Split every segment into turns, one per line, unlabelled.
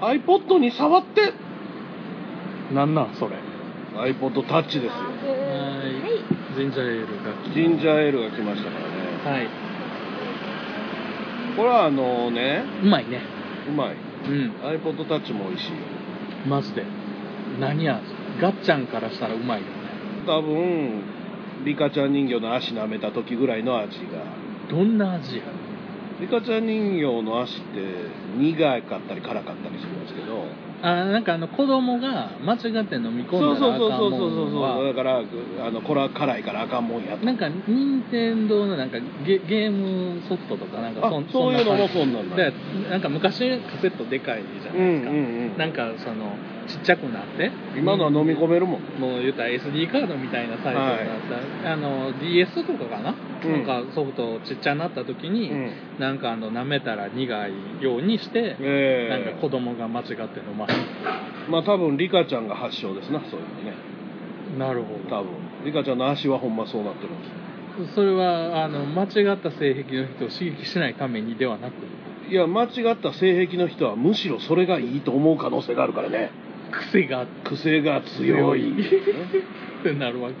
iPod に触って
なんなんそれ
iPod タッチですよ
はいジンジャーエールが
ジンジャーエールが来ましたからね
はいう
これはあのね
まいね
うまい
うん
iPod タッチも美味しいよ
マジで何やガッちゃんからしたらうまいよね
多分リカちゃん人形の足舐めた時ぐらいの味が
どんな味や
リカちゃん人形の足って苦かったり辛かったりするんですけど
あなんかあの子供が間違って飲み込
そうん
だ
そう
らあ
そうそ
かん
うそう
もん
そう
は
だからあのこれは辛いからあかんもんやと
なんか任天堂のなんかゲゲームソフトとかなんか
あ
ん
そういうのも
そ
そんなん
んな
だ
感じでなんか昔カセットでかいじゃ
う
なんいうですか、
んうん
なんかそのちっちゃくなって
今のは飲み込めるもん
もう言ったら SD カードみたいなサイズになった、あの DS とかかな、
うん
なんかソフトちっちゃなった時に、
うん
なんかあの舐めたら苦いようにして、なんか
え
子供が間違って飲まへん
えまあ多分リカちゃんが発祥ですなそういうのね
なるほ
多分リカちゃんの足はほんまそうなってるんです
それはあの間違った性癖の人を刺激しないためにではなく
いや間違った性癖の人はむしろそれがいいと思う可能性があるからね
癖があっ
癖が強 い、
てなるわけ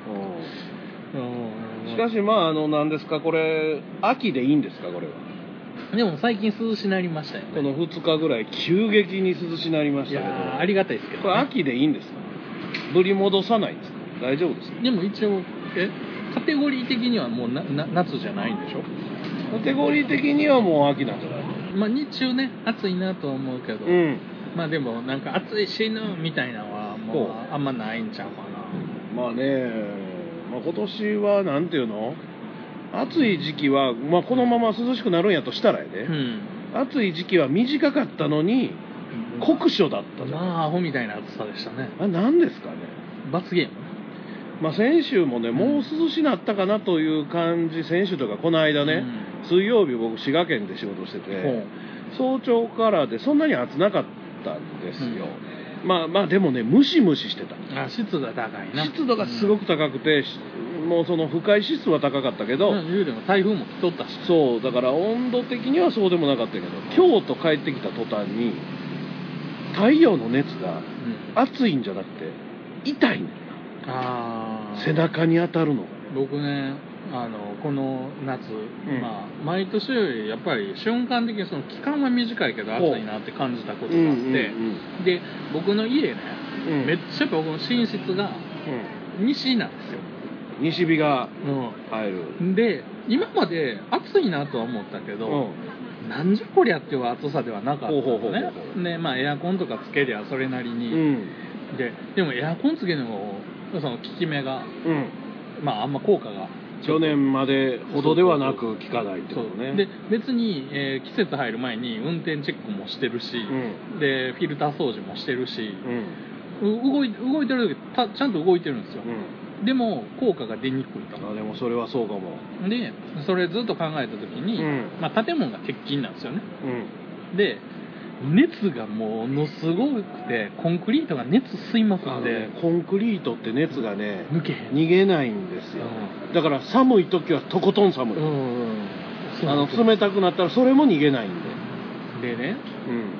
うん
うん
しかしまああの何ですかこれ秋でいいんですかこれは
でも最近涼しなりましたよね
この2日ぐらい急激に涼しなりま
い
した
や
けど
ーありがたいですけど、
これ秋でいいんですかぶり戻さないんですか大丈夫ですか
でも一応えカテゴリー的にはもうなな夏じゃないんでしょ
カテゴリー的にはもう秋なんじゃない
まあ日中ね暑いなとは思うけど、
うん
まあでもなんか暑い死ぬみたいなのはもう
そう
あんまないんちゃうか
まあね、まあ、今年はなんていうの暑い時期は、まあ、このまま涼しくなるんやとしたらやで、
なうん
暑い時期は短かったのに酷暑だったじゃん、
まあアホみたいな暑さでしたね
あ、何ですかね
罰ゲーム
まあ、先週もね、
ん
もう涼しなったかなという感じ、先週というか、この間ね、水曜日、僕、滋賀県で仕事して
うん
て、早朝からで、そんなに暑なかったんですよ、まあまあ、でもね、ムシムシしてた、
ほうあ湿度が高いな
湿度がすごく
く
高くて、しもうその不快指数は高かったけど、
言うでも台風も来とったし
そう、だから温度的にはそうでもなかったけど、京都帰ってきた途端に、太陽の熱が
うん
暑いんじゃなくて、痛いね
あー
背中に当たるのがね。
僕ねあのこの夏、
ん
まあ、毎年よりやっぱり瞬間的にその期間は短いけど暑
ほう
いなって感じたこと
うん
があ
う
って、
んうん
で僕の家ね、
うん
めっちゃ僕の寝室が西なんですよ、
西日が入る、
で今まで暑いなとは思ったけ
う
ど、
ん、
なんじゃこりゃっていう暑さではなかったのね
ほうほうほうほうほ
でまあエアコンとかつけりゃそれなり
う
に、
ん
ででもエアコンつけるのもその効き目が
うん、
まああんま効果が
去年までほどではなく効かないってこ
そ
とね
うで別に、えー季節入る前に運転チェックもしてるし、
うん
でフィルター掃除もしてるし、
うん
う動い動いてる時たちゃんと動いてるんですよ、
う
でも効果が出にくいと
ん、あでもそれはそうかも
でそれずっと考えた時に、
うん
まあ、建物が鉄筋なんですよね
うん
で熱がものすごくてコンクリートが熱吸います
あの
んで
ねコンクリートって熱がね
抜けへん
逃げないんですよだから寒い時はとことん寒い、
うんうんそう
あの冷たくなったらそれも逃げないんで、
でね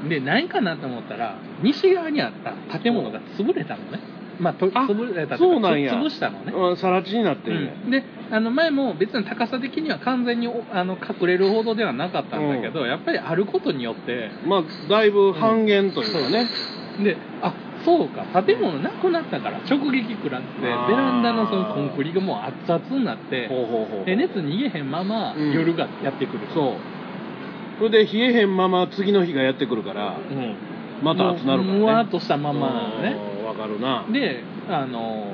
うん、
でないかなと思ったら西側にあった建物が潰れたのねまあと
あ
潰れたとい
そう
か
なんや
つ潰したのね
あさら地になってるね、
うんであの前も別に高さ的には完全におあの隠れるほどではなかったんだけど、やっぱりあることによって
まあだいぶ半減というかね、
であそうか建物なくなったから直撃食らってベ
あー
ランダのそのコンクリがもう熱々になって
ほうほうほう
で熱逃げへんまま
うん
夜がやってくる、
そうそれで冷えへんまま次の日がやってくるから
うん
また暑なるからね
もうむわーっとしたままなのね
うんわかるな
であの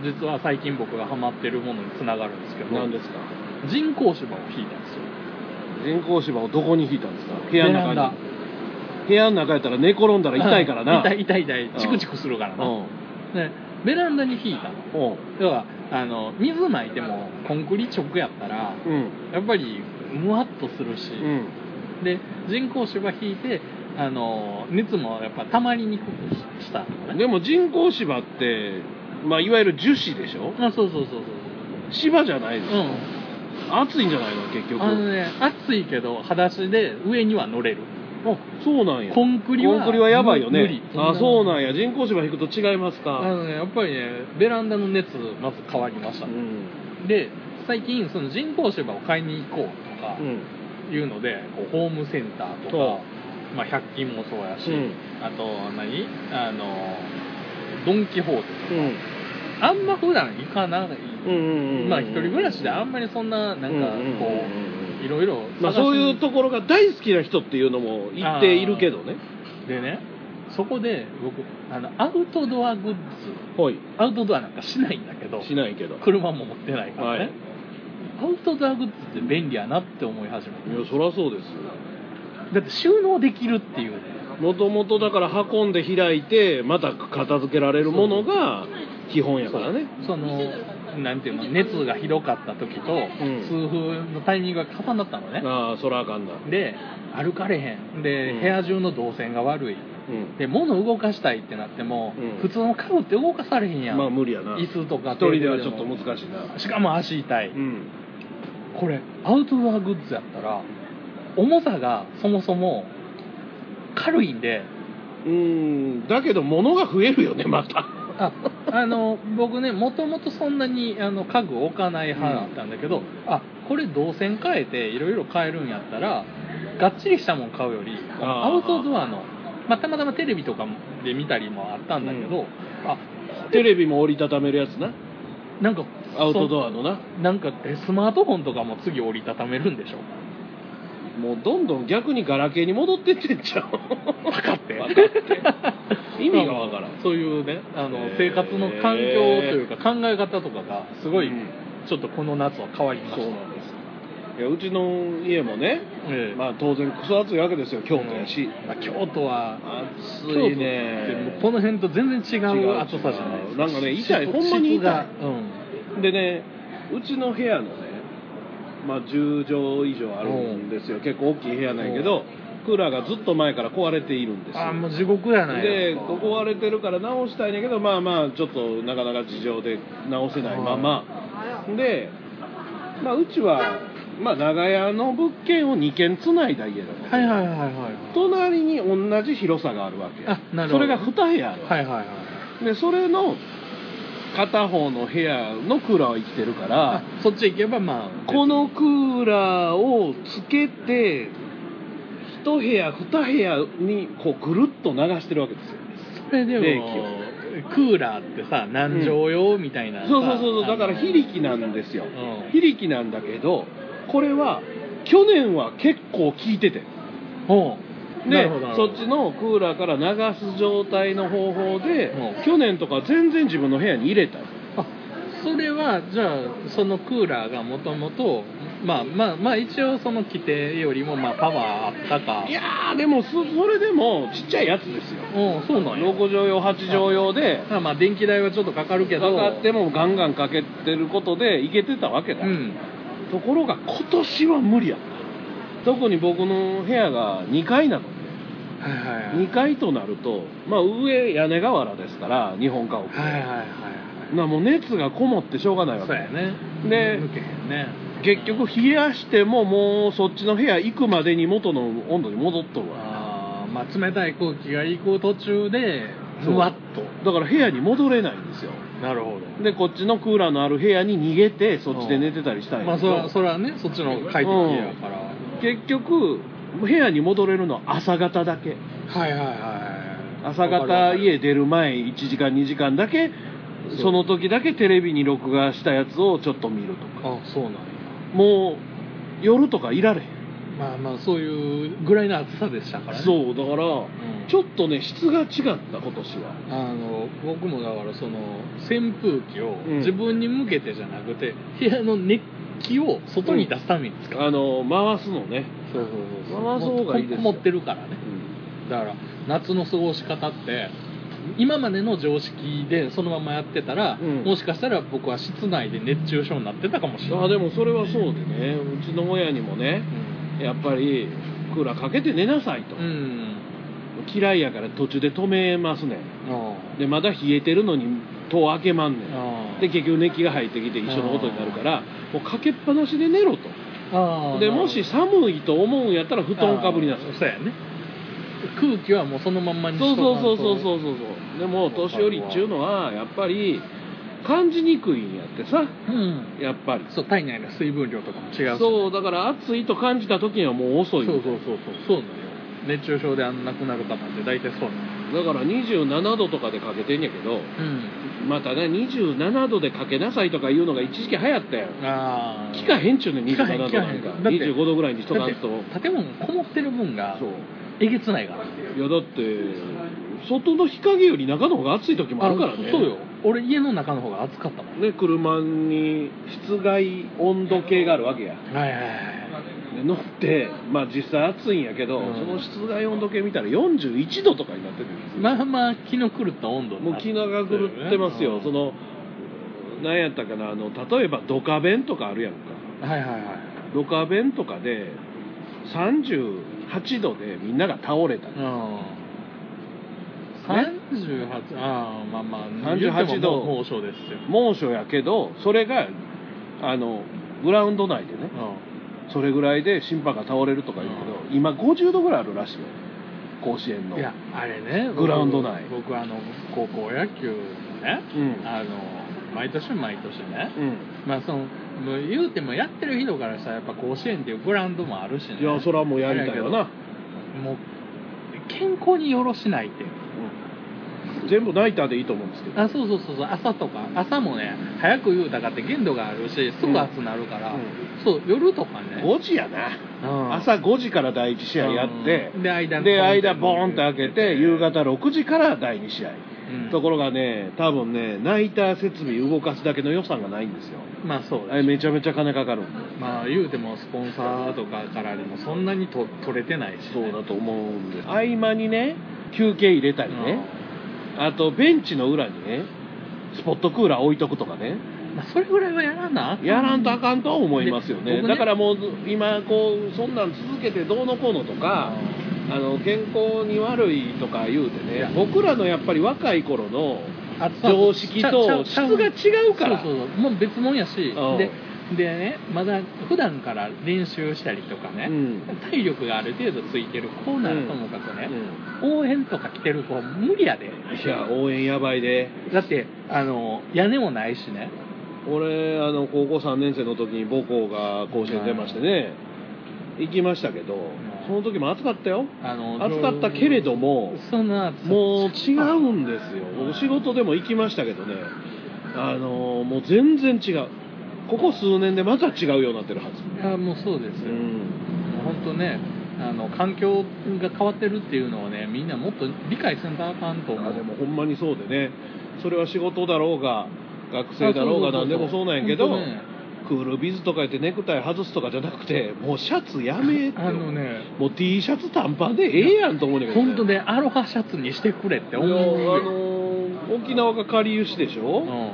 実は最近僕がハマってるものにつながるんですけど
何ですか
人工芝を引いたんですよ
人工芝をどこに引いたんですか部屋の
ベラン
中
ダ
に部屋の中やったら寝転んだら痛いからな、
うん痛い痛い痛いチクチクするから
う
な、
ん
でベランダに引いた
う
の
ん
要はあの水まいてもコンクリ直やったら
うん
やっぱりムワッとするし、
うん
で人工芝引いてあの熱もやっぱたまりにくくししたのね
でも人工芝ってまあいわゆる樹脂でしょ
あそうそうそう
芝じゃないで
そ
す、
ううん
暑いんじゃないの結局
あのね暑いけど裸足で上には乗れる
あそうなんや
コンクリは
コンクリはやばいよ
無
ね
理
あそうなん
や
や人工芝引くと違います
あ
か
の、ね、やっぱりねベランダの熱まず変わりまし
う
た、
ん
で最近その人工芝を買いに行こうとか
うん
いうので、こうホームセンターとか、
そ
まあ、100均もそうやし、
うん
あと何あのドン・キホーテ
う
とか、
ん
あんま普段行かな
う
い、
んうんうん
まあ一人暮らしであんまりそんななんか
うんうんうん
こういろいろ
まあ、そういうところが大好きな人っていうのも言っているけどね
でねそこで僕あのアウトドアグッズ
はい
アウトドアなんかしないんだけど
しないけどい
車も持ってないからね、
はい
アウトドアグッズって便利やなって思い始めて
やそりゃそうです
だって収納できるっていうね
もともとだから運んで開いてまた片付けられるものが基本やからね
そのなんていうの熱がひどかった時と、
ん
痛風のタイミングが重なったのね
ああそらあかんな
で歩かれへんで、
うん
部屋中の動線が悪い
うん
で物動かしたいってなっても、
うん
普通の家具って動かされへんやん、
まあ無理やな
椅
一
子とか
人ではちょっ
テー
と
ブルで
難しいな
もしかも足痛い、
うん
これアウトドアグッズやったら重さがそもそも軽いんで
うんだけど物が増えるよねまた
ああの僕ねもともとそんなにあの家具置かない派だったんだけど、あこれ動線変えていろいろ変えるんやったらがっちりしたもん買うより
あー
アウトドアの、まあ、たまたまテレビとかで見たりもあったんだけど、あ
テレビも折りたためるやつな
なんか
アウトドアのな
そなんかえスマートフォンとかも次折りたためるんでしょ
もうどんどん逆にガラケーに戻ってってんちゃう
分かって
わかっ て意味がわからん
そういうねあの
へー
生活の環境というか考え方とかがすごい
うん
ちょっとこの夏は変わりまし
そ
た、
うなんですいやうちの家もね
ええ
まあ当然クソ暑いわけですよ京都やし、
まあ、京都は
暑
京都
い
っても
ね
うこの辺と全然違
違う違
う
う
暑さじゃないですか
なんかね痛い
湿
ほんまに痛い
湿がうん
でねうちの部屋のね、まあ、10畳以上あるんですよ結構大きい部屋なんやけどクーラーがずっと前から壊れているんですよ
あーもう地獄やない
で
か
壊れてるから直したいんやけどまあまあちょっとなかなか事情で直せないままで、まあ、うちは、まあ、長屋の物件を2軒つないだ家だから、
はいはいはいはいはい
隣に同じ広さがあるわけ
あなる
そ
ほ
れ
ど
が2部屋あるわけ、
はいはいはい
でそれの片方の部屋のクーラーは生きてるから
あそっち行けばまあ
このクーラーをつけて一部屋二部屋にこうぐるっと流してるわけですよ
それで
冷
もクーラーってさ何畳用みたいなさ
そうそうそうそうだから
あの
非力なんですよ
うん
非力なんだけどこれは去年は結構効いてて
おうな
で
るほどなるほ
そ
ど
っちのクーラーから流す状態の方法で
うん
去年とか全然自分の部屋に入れた
あそれはじゃあそのクーラーがもともとまあまあまあ一応その規定よりもまあパワーあったか
いやーでもそそれでもちっちゃいやつですよ
うんそうなんや
6畳用8畳用で
まあまあ電気代はちょっとかかるけ
か
ど
かってもガンガンかけてることでいけてたわけだ、
うん
ところが今年は無理やった特に僕の部屋が2階なので
はいはいはい
2階となると、まあ、上屋根瓦ですから日本家屋、
はいはいはい
なもう熱がこもってしょうがない
はい
わ
そう
け
やね
で
抜けへんね
結局冷やしてももうそっちの部屋行くまでに元の温度に戻っとるわ
あーまあ冷たい空気が行く途中で
そう
ふわっと
だから部屋に戻れないんですよ
なるほど
でこっちのクーラーのある部屋に逃げてそっちで寝てたりしたい
まあそれはそれはねそっちの快適やから、
結局部屋に戻れるのは朝方だけ
はいはいはい
朝
わかるわか
方
る
家出る前1時間2時間だけ
そう
その時だけテレビに録画したやつをちょっと見るとか
あそうなんや
もう夜とかいられへん、
まあまあそういうぐらいの暑さでしたからねう、
そうだから
ん、
ちょっとね質が違った今年は
あの僕もだからその扇風機を
ん
自分に向けてじゃなくて、部屋の熱気を外に出すために使う、
あの回すのね、
そうそうそう
回す方がいいですよ
持ってるからねだから夏の過ごし方って今までの常識でそのままやってたら、
うん
もしかしたら僕は室内で熱中症になってたかもしれない
あでもそれはそうでねうちの親にもねやっぱりクーラーかけて寝なさいと、
うん、うん
嫌いやから途中で止めますねん
あ
でまだ冷えてるのに戸開けまんねん
ああ
で結局熱気が入ってきて一緒のことになるからもうかけっぱなしで寝ろと
ああ
でもし寒いと思うんやったら布団かぶりなさい
ああそうやね空気はもうそのまんまにし
そうそうそうそう
う
そうそうそうでも年寄りっちゅうのはやっぱり感じにくいんやってさ
うん
やっぱり
そう体内の水分量とかも違うし
そうだから暑いと感じた時にはもう遅い
そうそうそうそうそうなのよ熱中症であんなくなる方って大体そうなの
だから27度とかでかけてんやけど
うん
またね27度でかけなさいとかいうのが一時期流行ったやん
ああ
聞かへんちゅうねん
聞かへん
27度なんか
聞かへんだって
25度ぐらいにしと
だ
か
っ
ん
て
と
建物にこもってる分が
そう
えげつないから
いやだって外の日陰より中の方が暑い時もあるからね
そうよ俺家の中の方が暑かったもん
ね車に室外温度計があるわけや
はいはいはい
で乗ってまあ実際暑いんやけど、
うん
その室外温度計見たら41度とかになってるんですよ
まあまあ気の狂った温度に
もう
な
気が狂ってますよ、
うん
その何やったかなあの例えばドカ弁とかあるやんか
はいはいはい
ドカ弁とかで38度でみんなが倒れた、
うん38、ああまあまあ
38
言っても
度
もう猛暑ですよ、
猛暑やけどそれがあのグラウンド内でねそれぐらいで審判が倒れるとか言うけど、今50度ぐらいあるらしいよ甲子園
う
の
ん、いやあれね
グラウンド内
僕僕あの高校野球のね
うん
あの毎年毎年ね
うん
まあそのもう言うてもやってる人からしたらやっぱ甲子園っていうグラウンドもあるしね
いやそれはもうやりたいよ
あ
な、
もう健康によろしないって
うん全部ナイターでいいと思うんですけど
あそうそうそうそう朝とか朝もね早く言うたかって限度があるしすぐ暑なるから、
う
そう夜とかね、
5時やな、
うん
朝5時から第1試合やって、
うんで間
で間ボーンって開けて夕方6時から第2試合、
うん
ところがね多分ねナイター設備動かすだけの予算がないんですよ
まあそう
あ
だ
れ
し
めちゃめちゃ金かかるんで
まあ言うてもスポンサーとかからでもそんなにと取れてないしね、
そうだと思うんです合間にね休憩入れたりね、あとベンチの裏にねスポットクーラー置いとくとかね
うんまあ、それぐらいはやらなあかん
やらんとあかんとは思いますよ
で
ね
僕ね
だからもう今こうそんなん続けてどうのこうのとか、あの健康に悪いとか言うて
いや
ね僕らのやっぱり若い頃の
あ
常識と質が違うから
そうそうそうもう別物やし
うん
ででねまだ普段から練習したりとか
う
ね、
ん
体力がある程度ついてるコーナーともかく
う
ね、
ん
応援とか来てる子無理やで
いや応援やばいで
だってあの屋根もないしね
俺あの高校3年生の時に母校が甲子園出ましてね行きましたけどその時も暑かったよ
あの
暑かったけれども
そんな暑さ
もう違うんですよ
うん
僕仕事でも行きましたけどねあのもう全然違うここ数年でまた違うようになってるはず
あもうそうです
う
よ、
ん
本当ねあの環境が変わってるっていうのをねみんなもっと理解せんとあかんと思
あ
う
でもほんまにそうでねそれは仕事だろうが学生だろうが何でもそうなんやけど、
本当ね
クールビズとか言ってネクタイ外すとかじゃなくてもうシャツやめって
あのね
もう T シャツ短パンでええやんと思うねんだけど、
本当ねアロハシャツにしてくれって
いやあ
思う
のー沖縄がかりゆしでし
う
ょ、
ん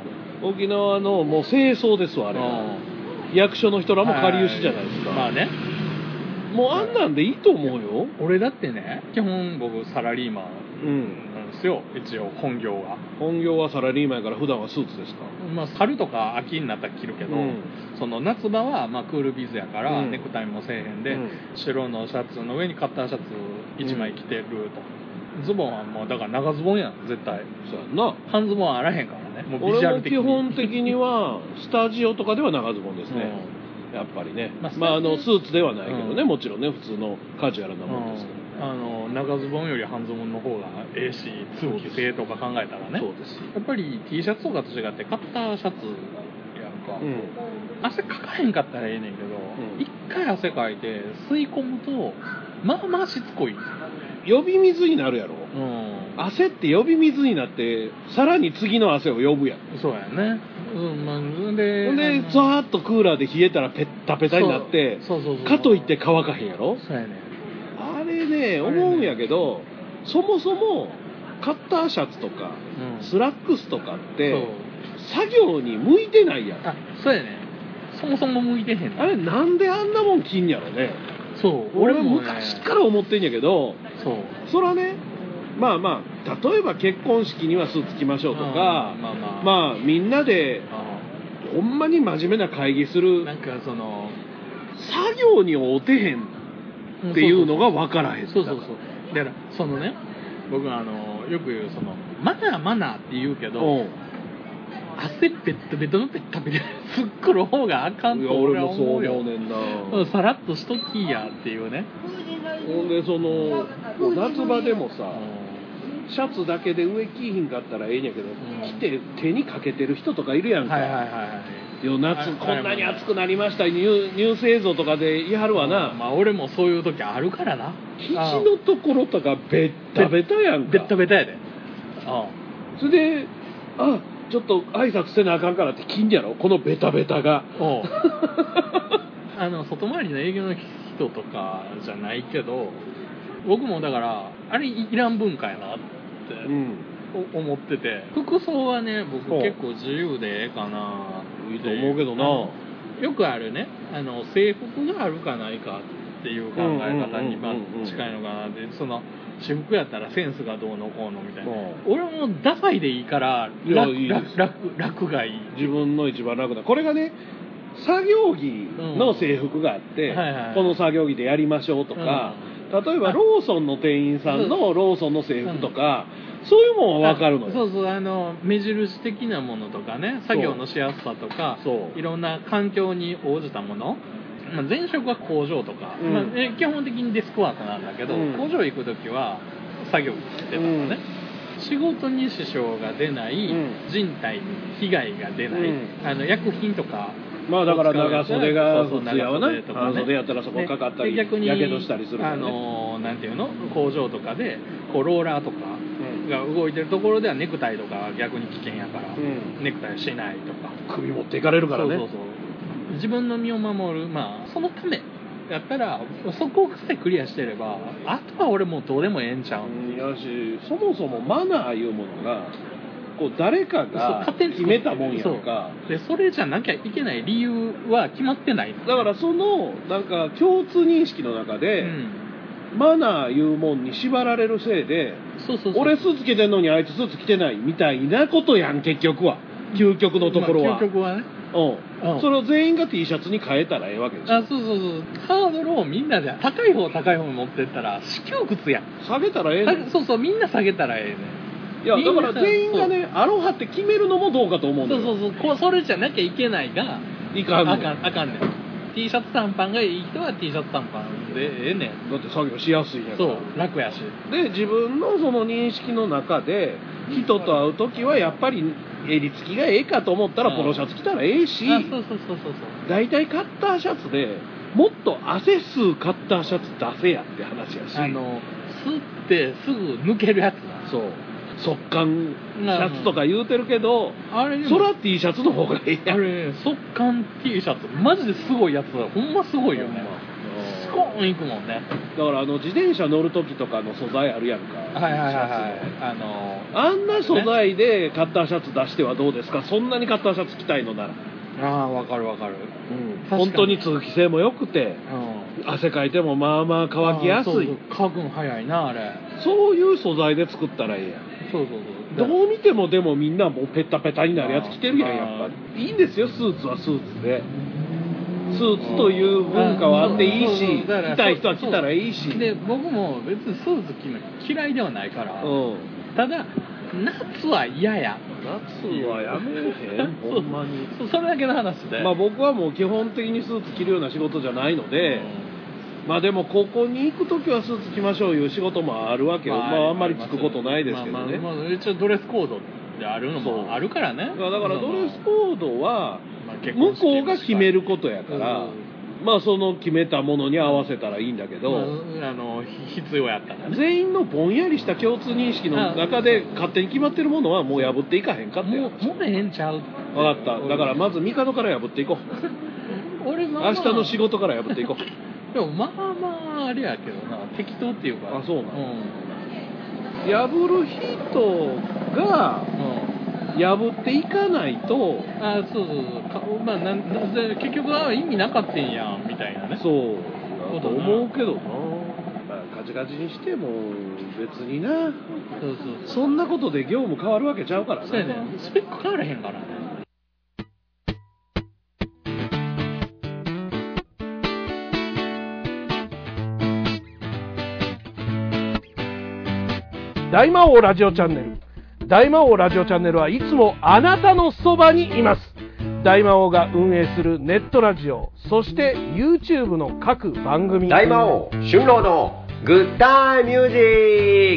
沖縄のもう清掃ですわあれ、
うん
役所の人らもかりゆしじゃないですか、
はまあね
もうあんなんでいいと思うよ、
俺だってね基本僕サラリーマ
うん、
ンなんですよ一応本業は
本業はサラリーマンやから普段はスーツですか
まあ春とか秋になったら着るけど、
うん
その夏場はまあクールビズやから、
うん
ネクタイもせえへんで、
うん
白のシャツの上にカッターシャツ1枚着てると、ズボンはもうだから長ズボンやん絶対
そうやんな
半ズボンはあらへんからねもうビジュア
俺も
ル的に
基本的にはスタジオとかでは長ズボンですね、やっぱりね、
ま
ま
あ
あ、あのスーツではないけどね、
うん
もちろんね普通のカジュアルな
う
もんですけど、
んあの長ズボンより半ズボンの方がええし通気性とか考えたら
そ
ね
うです、
やっぱり T シャツとかと違ってカッターシャツやんか、
うん、
汗かかへんかったらええねんけど、
ん
一回汗かいて吸い込むとまあまあしつこい、う
呼び水になるやろ
ん
汗って呼び水になってさらに次の汗を呼ぶやん
そうやねうんまあで
ほんで
あの
ザーッとクーラーで冷えたらペッタペタになって
そうそうそうそう
かといって乾かへんやろ
そうやね
あれね思うんやけどそもそもカッターシャツとか
うん
スラックスとかっ
そう
て作業に向いてないやん
あそうやねそもそも向いてへんねん
あれなんであんなもん着んやろね
そう
俺
俺
は
も、ね、
昔から思ってんやけど
そう
そらねまあまあ例えば結婚式にはスーツ着ましょうとか
うんまあまあ
まあみんなでほんまに真面目な会議す
うんな
る
んかその
作業に合うてへんっていうのが分からへん
そうそうそうだからそのね僕はあのよく言うそのマナーマナーって言うけ
う
ど
ん
汗ベッタベタのペッタベ タ突っ込る方があかん
いや
と俺
俺
は
もそう
思
思
うよ
うねんな
うんさらっとしときやっていうね、
ほんでそのこう夏場でもさ
う
シャツだけで上着いひんかったらええんやけど
ん
着て手にかけてる人とかいるや
ん
んか、
はいはいはいはい
よ夏
はい
こんなに暑くなりましたニューニュース映像とかで言いはるわな
まあ俺もそういう時あるからな
肘のところとかベッタベタやんか
ベッタベタやで
それであちょっと挨拶せなあかんからって金やろこのベタベタが
う んおうあの外回りの営業の人とかじゃないけど僕もだからあれいらん文化やなっ
う
て
ん
お思ってて服装はね僕
ほう
結構自由でええかない
いと思うけどな
よくあるねあの制服があるかないかっていう考え方にまあ
うんうんうんうんうん
近いのかなってその私服やったらセンスがどうのこうのみたいな
うん
俺もダサいでいいから
いや
楽
いいです
楽楽がいい
自分の一番楽なこれがね作業着の制服があって、
うんはいはい
この作業着でやりましょうとか、例えばローソンの店員さんのローソンの制服とか、そういうもんは分かるのよ
そうそうあの目印的なものとかね作業のしやすさとか
そう
いろんな環境に応じたもの、まあ、前職は工場とか、
うん
まあえ基本的にデスクワークなんだけど、
うん
工場行く時は作業着着てたのね、仕事に支障が出ない、
うん
人体に被害が出ない、
うん
あの薬品とか
まあだから長袖が
そうそう
普通やわな
長袖とかね
長袖やったらそこかかったり
で逆に
やけどしたりするから
あ
ね、
のなんていうの工場とかでこうローラーとか
うん
が動いてるところではネクタイとかは逆に危険やから、
うん
ネクタイしないとか
首持っていかれるからね
そうそうそう自分の身を守るまあそのためやったらそこさえクリアしてればあとは俺もうどうでもええんちゃう、
うんやしそもそもマナーいうものがこう誰か
そう
が
勝手に
決
作って
めたもんやんか
でそれじゃなきゃいけない理由は決まってない
だからそのなんか共通認識の中
う
で、
ん、
マナーいうもんに縛られるせいで
そうそうそう
俺スーツ着てんのにあいつスーツ着てないみたいなことやん結局は究極のところ
ま
は、
あ究極はね
うん
うん
それを全員が T シャツに変えたらええわけでしょ
あそうそうそうハードルをみんなで高い方高い方に持ってったら支教屈やん、
下げたらええねん
はそうそうみんな下げたらええね
いや
みんな
だから全員がねアロハって決めるのもどうかと思う
そうん
だ
そ
よ
うそうこうそれじゃなきゃいけないが
いかんの
あかんあかんねん T シャツ短パンがいい人は T シャツ短パンでええねん
だって作業しやすいんやから
そう楽やし
で自分のその認識の中で人と会う時はやっぱり襟付きがええかと思ったら
うん
ポロシャツ着たらええし
あそうそうそうそうそう
大体カッターシャツでもっと汗吸うカッターシャツ出せやって話やし
あの吸ってすぐ抜けるやつな
そう速乾シャツとか言うてるけど
あれ
そら T シャツの方がええ
あ
やん
れ速乾 T シャツマジですごいやつだほんますごいよねスコーンいくもんね
だからあの自転車乗る時とかの素材あるやんか
はいはいはいはい
シャツの
あの
あんな素材でカッターシャツ出してはどうですかそんなにカッターシャツ着たいのなら、
ああわかるわかる確かに
本当に通気性も良くて
うん
汗かいてもまあまあ乾きやすい
あ
そ
ーそううそう乾くの早いなあれ
いう素材で作ったらええやん
そうそうそう
どう見てもでもみんなもうペタペタになるやつ着てるやんやっぱりいいんですよスーツはスーツでスーツという文化はあっていいし
うんそうそうだから
着たい人は着たらいいし
で僕も別にスーツ着るの嫌いではないから、
うん
ただ夏は嫌や
夏はやめえ へんほんまに
そそれだけの話で
まあ僕はもう基本的にスーツ着るような仕事じゃないので、まあでも高校に行く時はスーツ着ましょういう仕事もあるわけよ、まあ、あんまり着くことないですけどね、
まあまあまあ一応ドレスコードであるの
そう
もあるからね
まあだからドレスコードは
まあ結婚
向
式
こうが決めることや
だ
から、まあその決めたものに合わせたらいいんだけど、
あ、のひ必要やったらね
全員のぼんやりした共通認識の中で勝手に決まってるものはもう破っていかへんかって
もう
話
もうええんちゃう
分かっただからまず帝から破って いこう
俺まあまあ
明日の仕事から破っていこう
でもまあまああれやけどな適当っていうか
あそうなの
ん
破る人が
うん
破っていかないと
あそうそうそうかまあなんで結局は意味なかったんやみたいなね
そうだと思うけどな、まあ、カチカチにしても別にな
そうそうそう
そんなことで業務変わるわけちゃうから
そうやねスペック変わらへんからね
大魔王ラジオチャンネル大魔王ラジオチャンネルはいつもあなたのそばにいます大魔王が運営するネットラジオそして YouTube の各番組
大魔王春郎のグッタイミュージ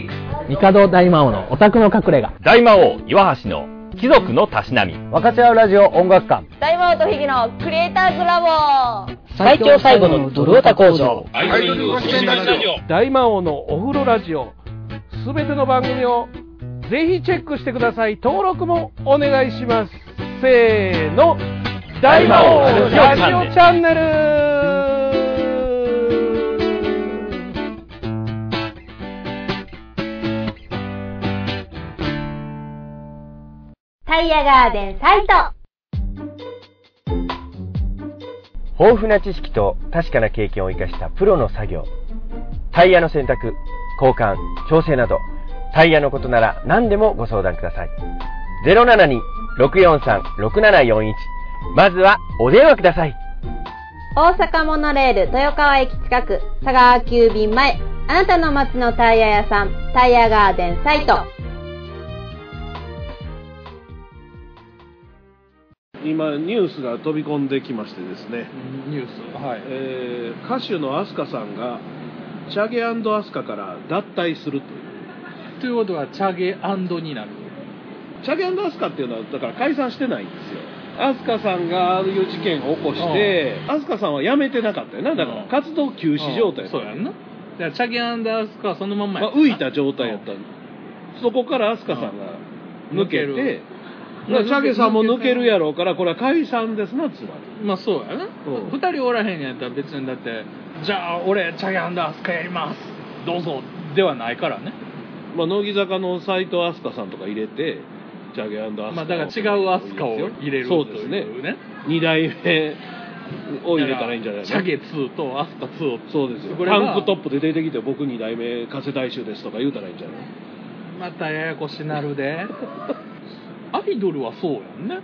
ック
帝大魔王のオタクの隠れ家
大魔王岩橋の貴族のたしなみ
分かち合うラジオ音楽館
大魔王とヒゲのクリエイターズラボ
最強最後のドルオタ工場
アイドルご出演ラジオ
大魔王のお風呂ラジオすべての番組をぜひチェックしてください登録もお願いしますせーの大魔王ラジオチャンネル
タイヤガーデンサイト
豊富な知識と確かな経験を生かしたプロの作業タイヤの選択交換調整などタイヤのことなら何でもご相談ください072-643-6741まずはお電話ください
大阪モノレール豊川駅近く佐川急便前あなたの街のタイヤ屋さんタイヤガーデンサイト
今ニュースが飛び込んできましてですね、
ニュースはい
えー歌手のアスカさんがチャゲアスカから脱退するという
ということはチャゲになる
チャゲアスカっていうのはだから解散してないんですよアスカさんがああいう事件を起こしてアスカさんは辞めてなかったよなだか
う
ら
ん
活動休止状態
あそうやんなだからチャゲアスカはそのまんま
ま
や
あ、浮いた状態やったんそこから飛鳥さんが
うん
抜け
抜
て
け、
まあチャゲさんも抜けるやろうからこれは解散ですなつまり
まあそうやな、
うん
二人おらへんやったら別にだってじゃあ俺チャゲアスカやりますどうぞではないからね
まあ、乃木坂の斎藤飛鳥さんとか入れてチャゲアスカ
まあだから違うアスカを入れる
そうですね
というね
2代目を入れたらいいんじゃない
チャゲ2とアスカ2を
そうですよ
これ
タ
は
ンクトップで出てきて僕2代目加瀬大衆ですとか言うたらいいんじゃない
またややこしなる でアイドルはそうやんね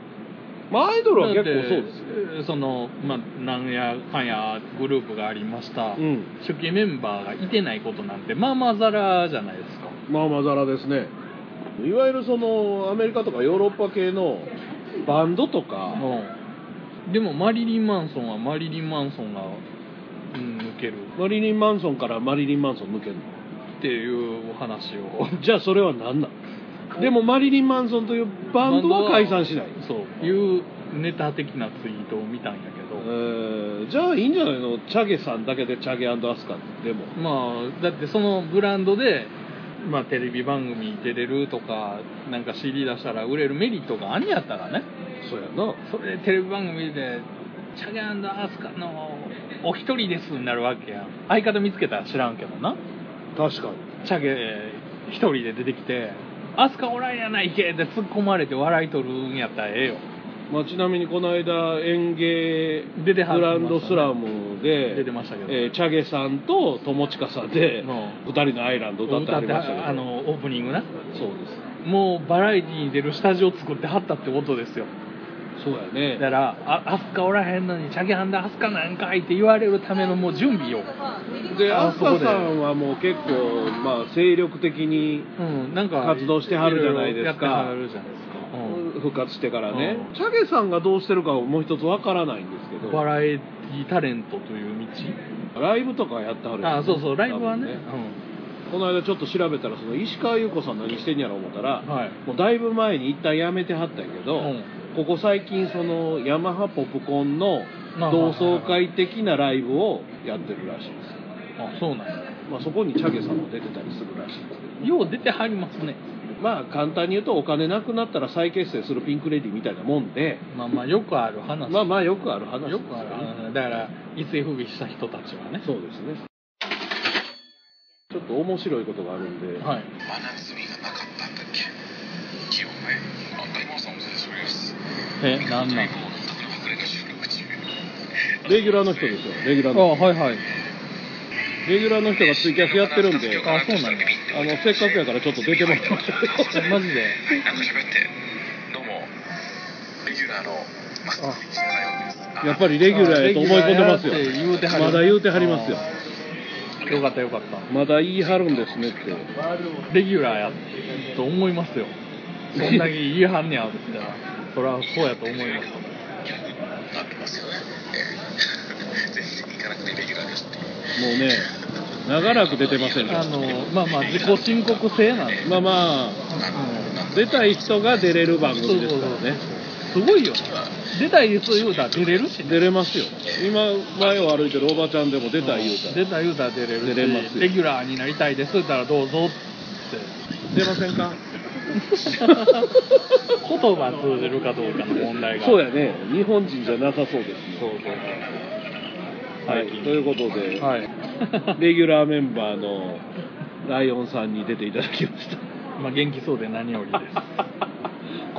まあアイドルは結構そうですよ、
だってそのまあなんやかんやグループがありました、
うん、
初期メンバーがいてないことなんてまあまあざらじゃないですか
まあまあざらですねいわゆるそのアメリカとかヨーロッパ系のバンドとか、
でもマリリン・マンソンはマリリン・マンソンが、うん、抜ける
マリリン・マンソンからマリリン・マンソン抜けるの
っていうお話を
じゃあそれは何なのでもマリリン・マンソンというバンドは解散しない、
そういうネタ的なツイートを見たんやけ
えー
ど、
じゃあいいんじゃないのチャゲさんだけでチャゲアスカでも
まあだってそのブランドで、まあ、テレビ番組に出れるとかなんか CD 出したら売れるメリットがあんねやったらね
そうやな
それでテレビ番組で「チャゲアスカのお一人です」になるわけやん相方見つけたら知らんけどな
確かに
チャゲ一人で出てきて「アスカおらんやないけ!」って突っ込まれて笑いとるんやったらええよ
まあ、ちなみにこの間園芸
出
グ
てはりま
ラ
したね
ンドスラムで、
出てましたけど、
えーチャゲさんと友近さんで
うん
2人のアイランド歌ってありましたけど
あのオープニングな
そうです
もうバラエティに出るスタジオ作ってはったってことですよ
そうやね
だから「あアスカおらへんのにチャゲハンダアスカなんかい」って言われるためのもう準備を
で
あ
アスカ
そこで
さんはもう結構、まあ、精力的に
うんなんか
活動してはるじゃないですか
いろいろやってはるじゃないですか、うん
復活してからね、
うん
チャゲさんがどうしてるかはもう一つわからないんですけど
バラエティタレントという
ライブとかはやってはる
道あそうそうライブはね
多分この間ちょっと調べたらその石川優子さん何してんやろ思ったら、
うんはい、
もうだいぶ前に一旦やめてはったんやけど、
うん
ここ最近そのヤマハポップコンの同窓会的なライブをやってるらしいです、
あそうなんや
まあ、そこにチャゲさんも出てたりするらしいですけど
よう出てはりますね
まあ簡単に言うとお金なくなったら再結成するピンク・レディーみたいなもんで
まあまあよくある話
まあまあよくある話です
よくある話だから一世不備した人たちはね
そうですねちょっと面白いことがあるんで、
はいえなん なん
レギュラーの人ですよレギュラーの人
はいはい
レギュラーの人がツイキャスやってるんで
あそうなんや
あのせっかくやからちょっと出てもらいましょう
えマジで
なんか喋って、どうも、レギュラーのマスター西村洋です。
やっぱりレギュラーやと思い込んでますよ
あレギュラーやって言うてはる
まだ言うてはりますよ
あり
よかったよかった
まだ言い張るんですねって
レギュラーやと思いますよそんだけ言いはんねやって言ったらそれはそうやと思います
逆になってますよね、ええ全然行かなくてレギュラーですっていう
もうね長らく出てませんね
あのまあまあ自己申告制なんです、
まあまあ出たい人が出れる番組ですからね
すごいよ出たいです言うたら出れるし、
出れますよ今前を歩いてるおばちゃんでも出たい言うたら
出た言うたら出れる
出
し
れますよ
レギュラーになりたいです言ったらどうぞって
出ませんか
言葉通じるかどうかの問題が
そうやね日本人じゃなさそうです
そうそう
は
最
い
近
ということで、
そうはい
レギュラーメンバーのライオンさんに出ていただきました
まあ元気そうで何より です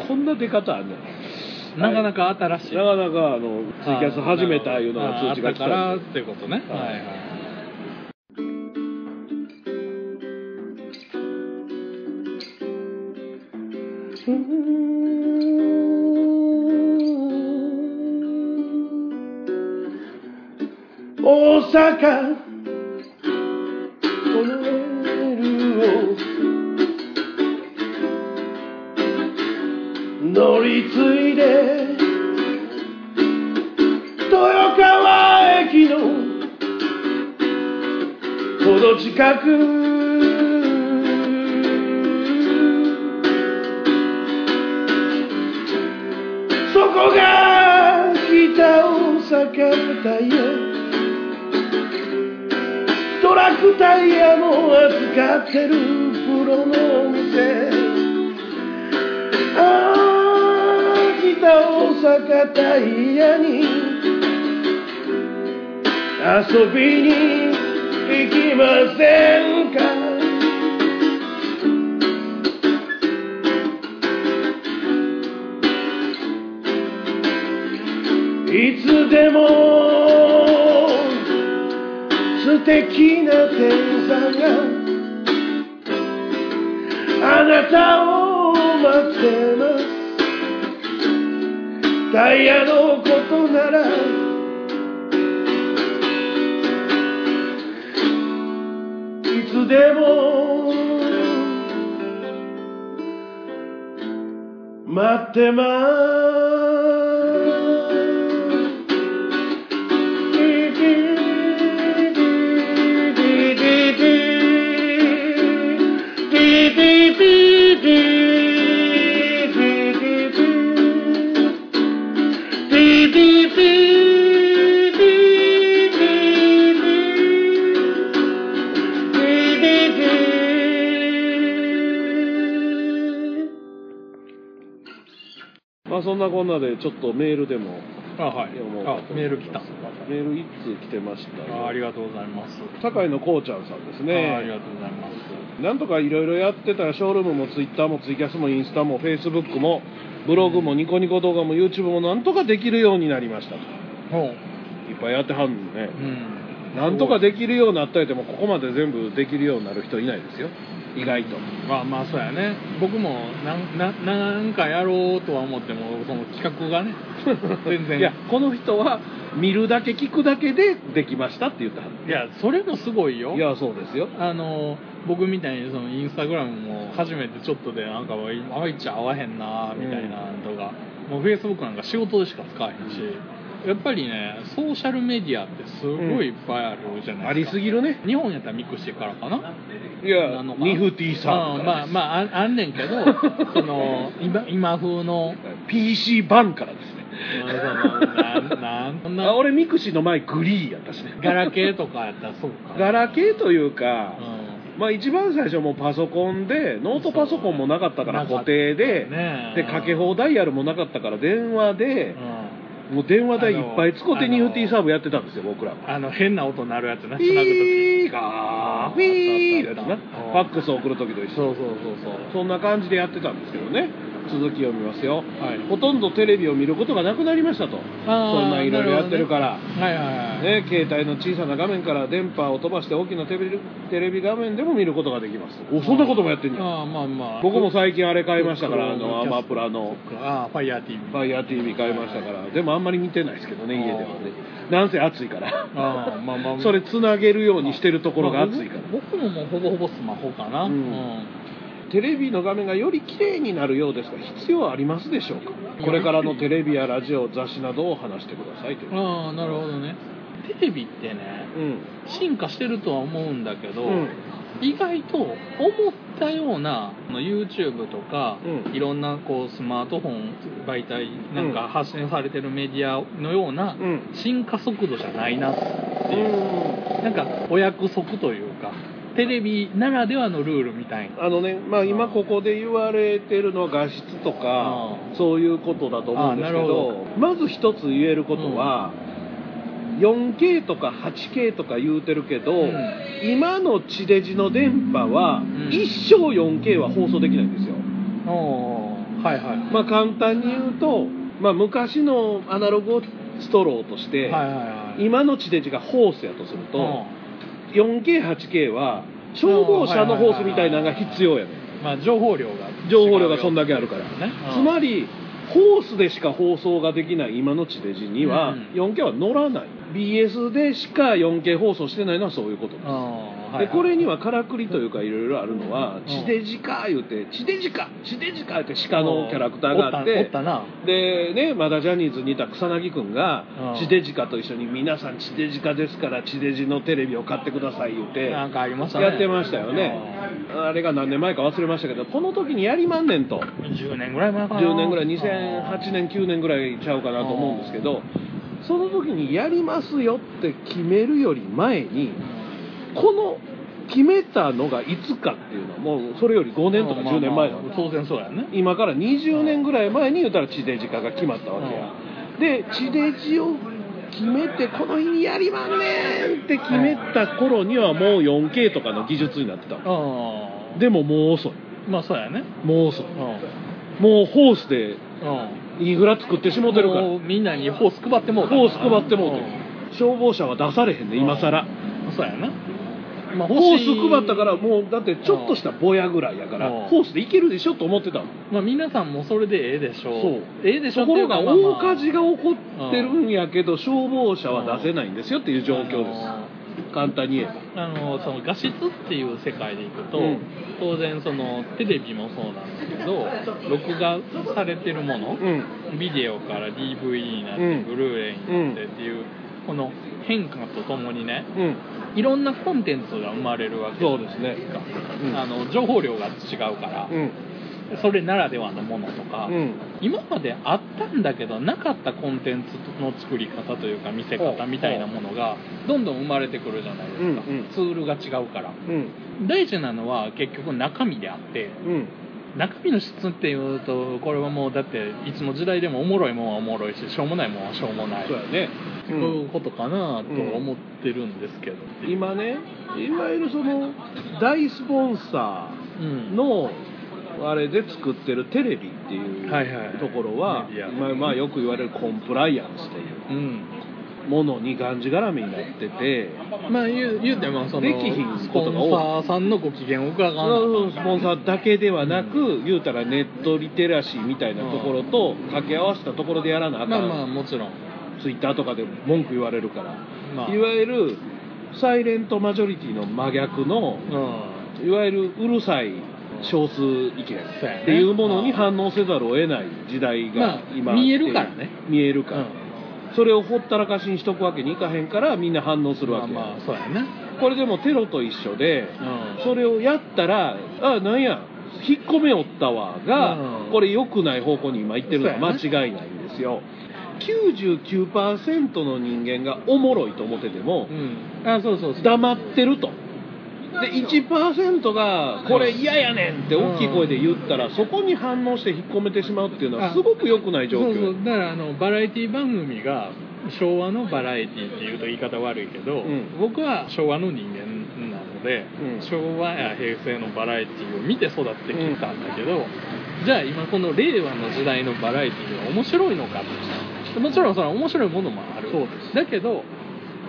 こんな出方あんねん
なかなか新しい
なかなかあのツイキャス始めたいうのが通知が来た
あああ
ん
ったからっていうことね、
はい
はいはい
大阪このレールを乗り継いで豊川駅のほど近くそこが北大阪タイヤトラックタイヤも扱ってるプロのお店ああ北大阪タイヤに遊びに行きませんかいつでも素敵な天才があなたを待ってますタイヤのことならいつでも待ってますまあそんなこんなでちょっとメールでも
あはい
いやもう
あメール来た
メール一通来てましたよ
あありがとうございます
堺のこうちゃんさんです
ああり
ね
がとうございます
なんとかいろいろやってたらショールームもツイッターもツイキャスもインスタもフェイスブックもブログもニコニコ動画も YouTube もなんとかできるようになりましたと
ほう
いっぱいやってはんのね
うん
なんとかできるようになったりでもここまで全部できるようになる人いないですよ意外と
まあまあそうやね僕もなんななんかやろうとは思ってもその企画 がね全然
いやこの人は見るだけ聞くだけでできましたって言ったはる
いやそれもすごいよ
いやそうですよ
あの僕みたいにそのインスタグラムも初めてちょっとでなんかあいちゃ合わへんなみたいなとか、もうフェイスブックなんか仕事でしか使えへんし、やっぱりねソーシャルメディアってすごいいっぱいあるじゃ
あ
ないで
り
す
す
か、
ぎるね
日本やったらミクシィからかない
や
なのかな
ニフティさん
う
か
んま
ら
あ
です、
まあああんねんけど その今今風の
PC 版からですね
そのなん なんそん
あ
な
俺ミクシーの前グリーやったしね
ガラケーとかやったらそうか
ガラケーというか、
う
まあ一番最初もうパソコンでノートパソコンもなかったから
そう
固定で、
んね
で
え
かけ放題やるもなかったから電話で、もう電話代いっぱい使っ
あ
て
の
ニフティーサーブやってたんですよ僕らは
あの変な音鳴るやつな
ピーガーピーってやつなフ
あったあっ
ァ
た
ックス送る時と一緒
そうそうそうそう
そんな感じでやってたんですけどね続き読みますよ
はい
ほとんどテレビを見ることがなくなりましたとそ
あー
んないろいろやってるから
はいはいはい、
ね、携帯の小さな画面から電波を飛ばして大きなテレビテレビ画面でも見ることができますおそんなこともやってんじゃん
ああまあまあ
僕も最近あれ買いましたからあ
そ
のア
うそう
マプラの
ああファイヤー TV
ファイヤー TV 買いましたからでもあんまり見てないですけどね
あー
家ではねなんせ暑いから
ああまあまあ
それつなげるようにしてるところが熱いから、
まあ僕ももうほぼほぼスマホかな、
うんテレビの画面がより綺麗になるようですが必要ありますでしょうかこれからのテレビやラジオ雑誌などを話してくださいという、
ああなるほどねテレビってね
うん
進化してるとは思うんだけど、
うん
意外と思ったようなあの YouTube とか、
うん
いろんなこうスマートフォン媒体なん
うん
か発信されてるメディアのような
うん
進化速度じゃないなっていう、
うん
なんかお約束というかテレビならではのルールみたいな
あのねまあ、今ここで言われてるのは画質とか
うん
そういうことだと思うんですけど
あなるほ
まず一つ言えることは、4K とか 8K とか言うてるけど、
うん
今の地デジの電波は、
ん
一生 4K は放送できないんですよ、
おーはいはい
まあ、簡単に言うと、まあ、昔のアナログをストローとして、
はいはいはい
今の地デジがホースやとすると、
うん
4K8K は調合車のホースみたいなのが必要やねん
まあ情報量が
情報量がそんだけあるから、
ね
つまりホースでしか放送ができない今の地デジには
うん
4K は乗らない BS でしか 4K 放送してないのはそういうことです、でこれにはからくりというかいろいろあるのは
ん
地デジか言うて地デジか地デジかって鹿のキャラクターがあっ
おったお
て
ったな
でねまだジャニーズにいた草薙君が
うん
地デジカと一緒に皆さん地デジカですから地デジのテレビを買ってください言うて
なんかありましたね
やってましたよねあれが何年前か忘れましたけどこの時にやりまんねんと
10年ぐらい前かな
10年ぐらい2008年9年ぐらいちゃうかなと思うんですけどその時にやりますよって決めるより前にこの決めたのがいつかっていうのはもうそれより5年とか10年前
まあ
の
まあ当然そうやね
今から20年ぐらい前に言うたら地デジ化が決まったわけやで地デジを決めてこの日にやりまんねんって決めた頃にはもう 4K とかの技術になってたわ
うん
でももう遅い
まあそうやね
もう遅い
うんうん
もうホースでいくら作ってしもうてるから
もうみんなにホース配ってもうた
ホース配ってもうてる
ん
消防車は出されへんね今更
そうやなまあ
ホー
欲しい
ス配ったからもうだってちょっとしたぼやぐらいやから
うん
ホースでいけるでしょと思ってたの
まあ皆さんもそれでええでしょ
そう
ええでしょ
と
って
こ
い
ろ
うか
が
まあまあ
大火事が起こってるんやけど消防車は出せないんですよっていう状況です簡単に言えば
あのその画質っていう世界でいくと、
うん
当然そのテレビもそうなんだけど録画されてるも
う
の、
ん
ビデオから DV になって、
うん
ブルーレイになってっていう、この変化とともにね
うん
いろんなコンテンツが生まれるわけじゃないですか、
うん
あの情報量が違うから、
うん
それならではのものとか、
うん
今まであったんだけどなかったコンテンツの作り方というか見せ方みたいなものがどんどん生まれてくるじゃないですか、
うんうん
ツールが違うから
うん
大事なのは結局中身であって
うん
中身の質っていうとこれはもうだっていつの時代でもおもろいもんはおもろいししょうもないもんはしょうもない
そうやね
そういうことかなと思ってるんですけど、
今ねいわゆるその大スポンサー
の
のあれで作ってるテレビってい
はいはいはいう
ところは
メディア
まあまあよく言われるコンプライアンスっていう
うん
ものにがんじがらみになってて
まあ言う言うてもその
できひん
ス
こ
ポ
と
ン
が
サ
多い
ーさんのご機嫌を伺わなあかん
うん
か
ス
ら
ポンサーだけではなく、
う
言うたらネットリテラシーみたいなところと掛け合わせたところでやらなあ
ま
か
あ
ん、
まあもちろん、
ツイッターとかで文句言われるから、
まあ、
いわゆるサイレントマジョリティの真逆の
うん
いわゆるうるさい少数意見
そうやね
っていうものに反応せざるを得ない時代
ま
が
あ
今、
見えるからね
見える
う
から、
ん
それをほったらかしにしとくわけにいかへんからみんな反応する
ま
わ
あ
け、
まあそうやね
これでもテロと一緒で、
うん
それをやったら、あなんや、引っ込めおったわが、
うん
これ、良くない方向に今、行ってるのは間
そう
違いないんですよ。99%の人間がおもろいと思ってても
う、んあそうそうそう
黙ってると。で1%がこれ嫌やねんって大きい声で言ったらそこに反応して引っ込めてしまうっていうのはすごく良くない状
そう
況
そうだからあのバラエティ番組が昭和のバラエティっていうと言い方悪いけど、
うん
僕は昭和の人間なので、
うん
昭和や平成のバラエティを見て育ってきたんだけど、じゃあ今この令和の時代のバラエティが面白いのかってもちろんその面白いものもあるだけど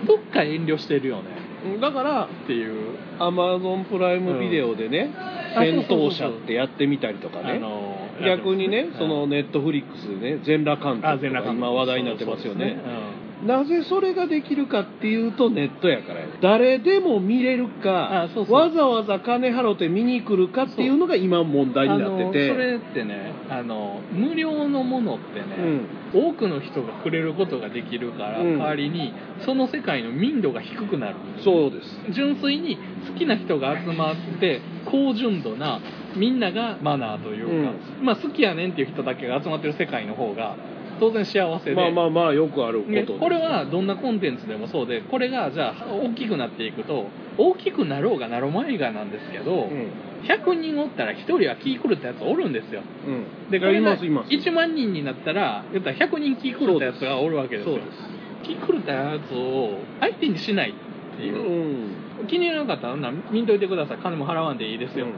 どっか遠慮してるよね
だから
っていう
アマゾンプライムビデオでね
うん
戦闘者ってやってみたりとか
あ
ね
の
逆にね
う、ん
そのネットフリックスでね、全裸監
あ
督
全
とか
裸監督
今話題になってますよね。
そうそうそう
なぜそれができるかっていうとネットやからや誰でも見れるか
あそうそう
わざわざ金払って見に来るかっていうのが今問題になってて
あのそれってねあの無料のものってね、
うん
多くの人が触れることができるから、
うん
代わりにその世界の民度が低くなるんです
そうです
純粋に好きな人が集まって高純度なみんながマナーというか、まあ、好きやねんっていう人だけが集まってる世界の方が当然幸せで、
まあまあまあよくあること
ね
です
これはどんなコンテンツでもそうでこれがじゃあ大きくなっていくと大きくなろうがなろうまいがなんですけ
う
ど、
ん
100人おったら1人は気狂ったやつおるんですよ
うん
で
い
こ
や
れ
い
が
ますいます
1万人になったら言ったら100人気狂ったやつがおるわけです
そう
よ
です
気狂ったやつを相手にしないって
う
いう、
ん
気に入らなかったらほんなら見んといてください金も払わんでいいですよ、
うん
っ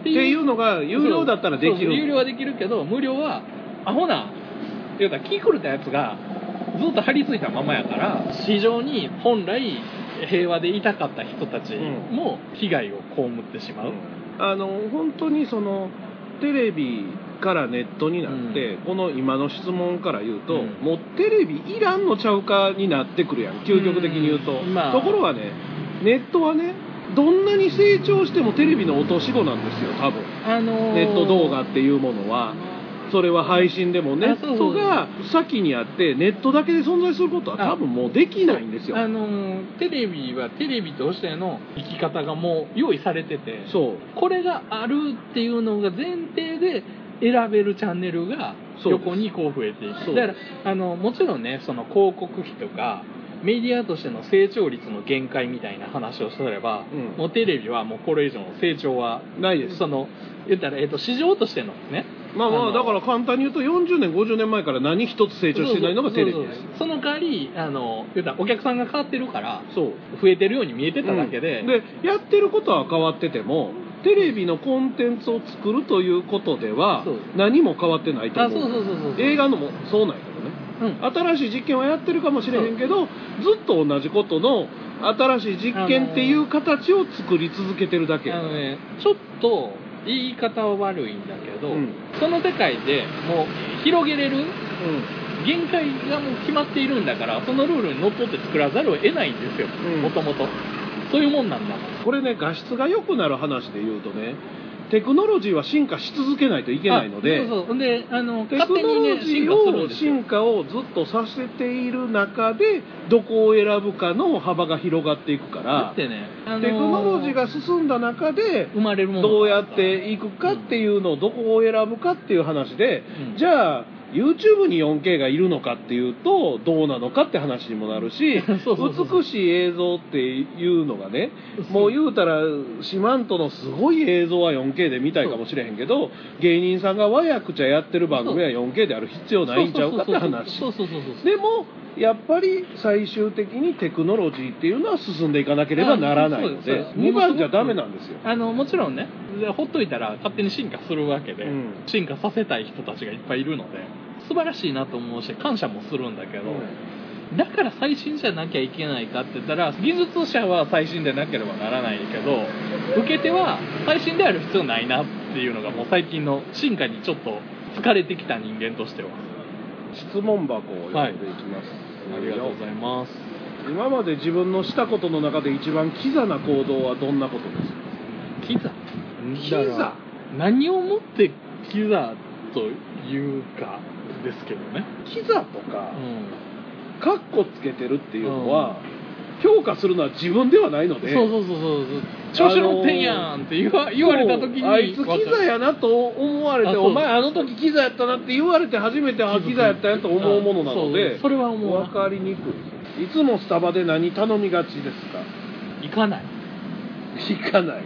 っていうのが有料だったらで
そ
き
うそう有料
る
はできるけど無料はアホな言うたら気狂ったやつがずっと張り付いたままやから市場に本来平和でいたかった人たちも被害を被ってしまう、
あの本当にそのテレビからネットになって、この今の質問から言うと、
うん
もうテレビいらんのちゃうかになってくるやん究極的に言うと、
うんまあ
ところがねネットはねどんなに成長してもテレビの落とし子なんですよ多分
あのー
ネット動画っていうものはそれは配信でもネ
あそ
ット
うそう
が先にあってネットだけで存在することは多分もうできないんですよ
あのーテレビはテレビとしての生き方がもう用意されてて
そう
これがあるっていうのが前提で選べるチャンネルが
そうです
横にこう増えてい
そ
く
う
だ
で
からあのもちろんねその広告費とかメディアとしての成長率の限界みたいな話をすれば、
うん
もうテレビはもうこれ以上の成長は
ないです
その言ったら、えっと市場としてのね
まあま
あ
あ
の
だから簡単に言うと40年50年前から何一つ成長してないのがテレビです
そうそうその代わりあの言ったらお客さんが変わってるから
そう
増えてるように見えてただけで、
うんでやってることは変わっててもテレビのコンテンツを作るということでは
そう
何も変わってないと
あそうそ
思う
うそうそう
映画のもそうなんやけどね
うん
新しい実験はやってるかもしれへんけどずっと同じことの新しい実験っていう形を作り続けてるだけ
あのね、ちょっと言い方は悪いんだけど、
うん
その世界でもう広げれる限界がもう決まっているんだからそのルールにのっとって作らざるを得ないんですよ
うん
もともとそういうもんなんだもん
これね画質が良くなる話で言うとねテクノロジーは進化し続けないといけないので
あそうそうであの
テク
勝手に
ノロ
ね
ジ
進
ー
化するん
を
ですよ
進化をずっとさせている中でどこを選ぶかの幅が広がっていくか
だ
ら
っ
テ
てね、あの
クノロジーが進んだ中で
生まれるもの
どうやっていくかっていうのをどこを選ぶかっていう話で
うん
じゃあ YouTube に 4K がいるのかっていうとどうなのかって話にもなるし
そうそうそう
美しい映像っていうのがねもう言うたら四万十のすごい映像は 4K で見たいかもしれへんけど芸人さんがわやくちゃやってる番組は 4K である必要ないんちゃうかって話
そうそうそうそうそうそうそう
でもやっぱり最終的にテクノロジーっていうのは進んでいかなければならないの
あそうで
です
そうです
2番じゃダメなんですよ
あのもちろんねほっといたら勝手に進化するわけで、
うん
進化させたい人たちがいっぱいいるので素晴らしいなと思うし感謝もするんだけど、だから最新じゃなきゃいけないかって言ったら技術者は最新でなければならないけど受け手は最新である必要ないなっていうのがもう最近の進化にちょっと疲れてきた人間としては
質問箱を読んでいきます、
ありがとうございます
今まで自分のしたことの中で一番キザな行動はどんなことですか
キザ
キザ
だから何をもってキザというかですけどね、
キザとか
う、ん、
カッコつけてるっていうのは、評価するのは自分ではないので
そうそうそうそうそう調子乗ってんやんって言わ言われた時に
あいつキザやなと思われ
あ
て
そう
お前あの時キザやったなって言われて初めてあキザやったやと思うものなの
あそ
で
うそれは思う
分かりにくいいつもスタバで何頼みがちですか
行かない
行かない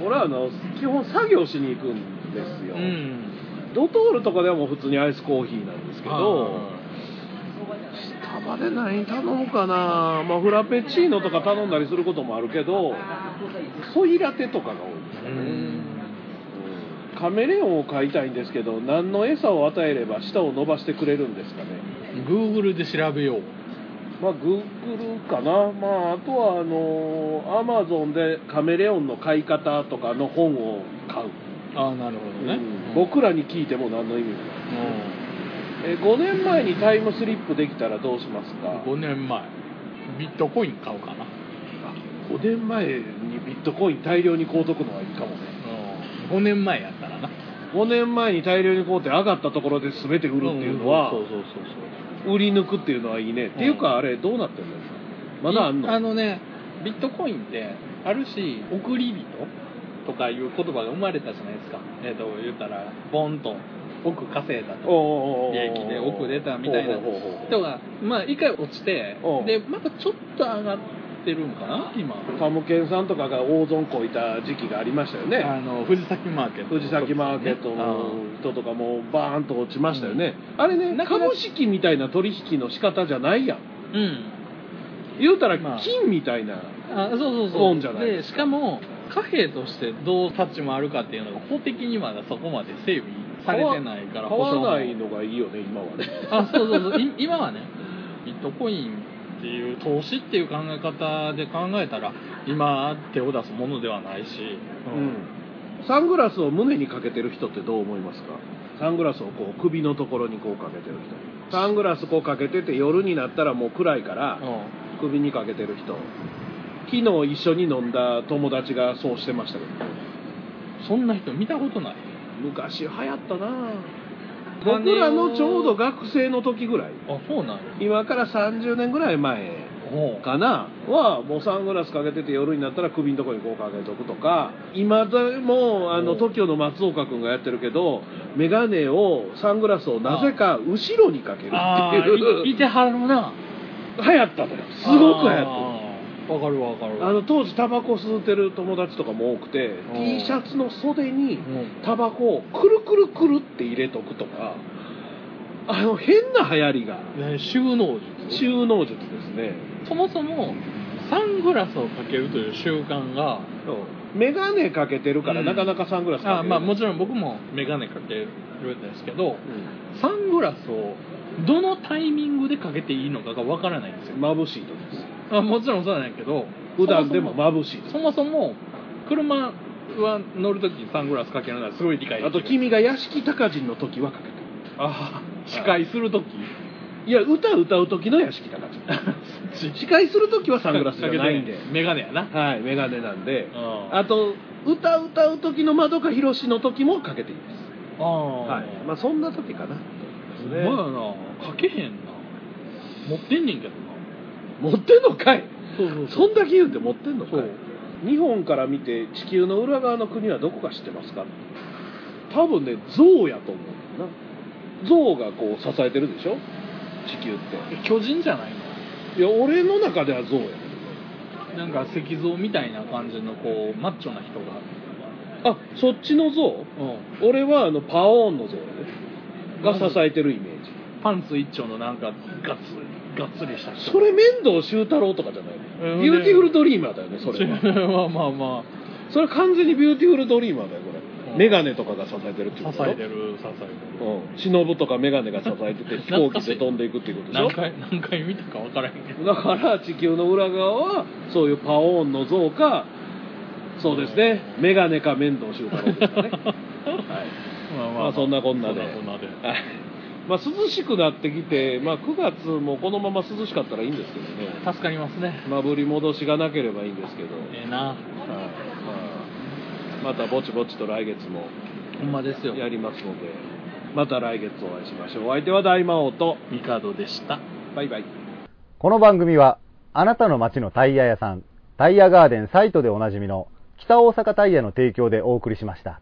俺はあの基本作業しに行くんです
う
よ、
ん
ドトールとかではもう普通にアイスコーヒーなんですけどスタバで何頼むかな、まあ、フラペチーノとか頼んだりすることもあるけどソイラテとかが多いです
う
ね、
ん
カメレオンを飼いたいんですけど何の餌を与えれば舌を伸ばしてくれるんですかね
Google で調べよう
まあグーグルかなまああとはあのアマゾンでカメレオンの飼い方とかの本を買う、
ああなるほどね、
うん僕らに聞いても何の意味もない
うん
えー5年前にタイムスリップできたらどうしますか
5年前ビットコイン買おうかな
5年前にビットコイン大量に買うとくのはいいかもね
5年前やったらな
5年前に大量に買うて上がったところで全て売るっていうのは
そうそうそうそう
売り抜くっていうのはいいねっていうかあれどうなってんのまだあんの
いあのねビットコインってあるし送り人とかいう言葉が生まれたじゃないですかえっ、と言ったらボンと億稼いだと
おうおうおうおう
利益で億出たみたいな
おうおうおうおう
人がまあ一回落ちて
おう
でまたちょっと上がってるんかな今
タムケンさんとかが大損こいた時期がありましたよね
あの藤崎マーケット
藤崎マーケットの人とかもバーンと落ちましたよね、あれね
なかなか
株式みたいな取引の仕方じゃないやん
うん
言うたら
まあ
金みたいな、
あそうそう
オ
そ
ン
う
じゃない
でしかも貨幣としてどう立ち回るかっていうのが法的にまだそこまで整備されてないから
買わない
保存
のがいいよね今はね
あそうそうそうい今はねビットコインっていう投資っていう考え方で考えたら今手を出すものではないし、
サングラスを胸にかけてる人ってどう思いますかサングラスをこう首のところにこうかけてる人サングラスこうかけてて夜になったらもう暗いから
う
首にかけてる人昨日一緒に飲んだ友達がそうしてましたけど
ん、そんな人見たことない
昔流行ったなぁ僕らのちょうど学生の時ぐらい
あそうなの
今から30年ぐらい前
ほ
かなはもうサングラスかけてて夜になったら首のとこにこうかけとくとか今でもあの
お
TOKIO の松岡君がやってるけど眼鏡をサングラスをなぜか後ろにかける
あ
って
ーい
いう
いてはるな
流行ったのよすごく流行ったの
あーわかるわかる
あの当時タバコ吸ってる友達とかも多くて
お
T シャツの袖に
うん
タバコをくるくるくるって入れとくとかあの変な流行りが
ね収納術
収納術ですね
そもそもサングラスをかけるという習慣が
眼鏡かけてるから
うん
なかなかサングラスかけれ
あ
ない
まあもちろん僕も眼鏡かけるんですけど
う
サングラスをどのタイミングでかけていいのかがわからないんですよ
ん、、眩しい時です
あ、もちろんそうなんやけど
普段でも
ま
眩しい時
そもそも車は乗るときにサングラスかけるのはすごい理解で
あ
きる
と君が屋敷隆人の時はかけてる
あ司会するとき
いや歌歌う時の屋敷隆 人司会する時はサングラスじゃないんで
かけて眼鏡やな
はい眼鏡なんで
あ
あと歌歌う時の窓かひろしの時もかけていいです
あは
はいまあそんな時かな
ほんまやなかけへんな持ってんねんけどな
持ってんのかい
そうそう
そんだけ言うて持ってんのか
そ
いう日本から見て地球の裏側の国はどこか知ってますか多分ね象やと思うんだよな象がこう支えてるでしょ地球って
巨人じゃないの
いや俺の中では象や
なんか石像みたいな感じのこうマッチョな人が、
あそっちの象俺はあのパオーンの象やねが支えてるイメージ
パンツ一丁のなんかガッツリガッツリした人
それ面倒修太郎とかじゃない
うん
ビューティフルドリーマーだよね そ
そ
れ
れ
は
はまあま
それ完全にビューティフルドリーマーだよこ
う
れ
ん
メガネとかが支えてるっていうこ
あ支
と
えてる支えてる
うん忍とかメガネが支えてて飛行機で飛んでいくっていうことでしょ
何回何回見たか分からへんけど
だから地球の裏側はそういうパオーンの像かそうですねメガネか面倒修太郎ですか ね、はい
まあ
まあそんなこんなで
そんなこんなで
はいまあ、涼しくなってきて、まあ、9月もこのまま涼しかったらいいんですけどね
助かりますね
まぶり戻しがなければいいんですけど、はい
ええな
まあまたぼちぼちと来月も
ほんまですよ
やりますのでまた来月お会いしましょうお相手は大魔王と
ミカドでした
バイバイ
この番組は、あなたの街のタイヤ屋さん、タイヤガーデンサイトでおなじみの、北大阪タイヤの提供でお送りしました。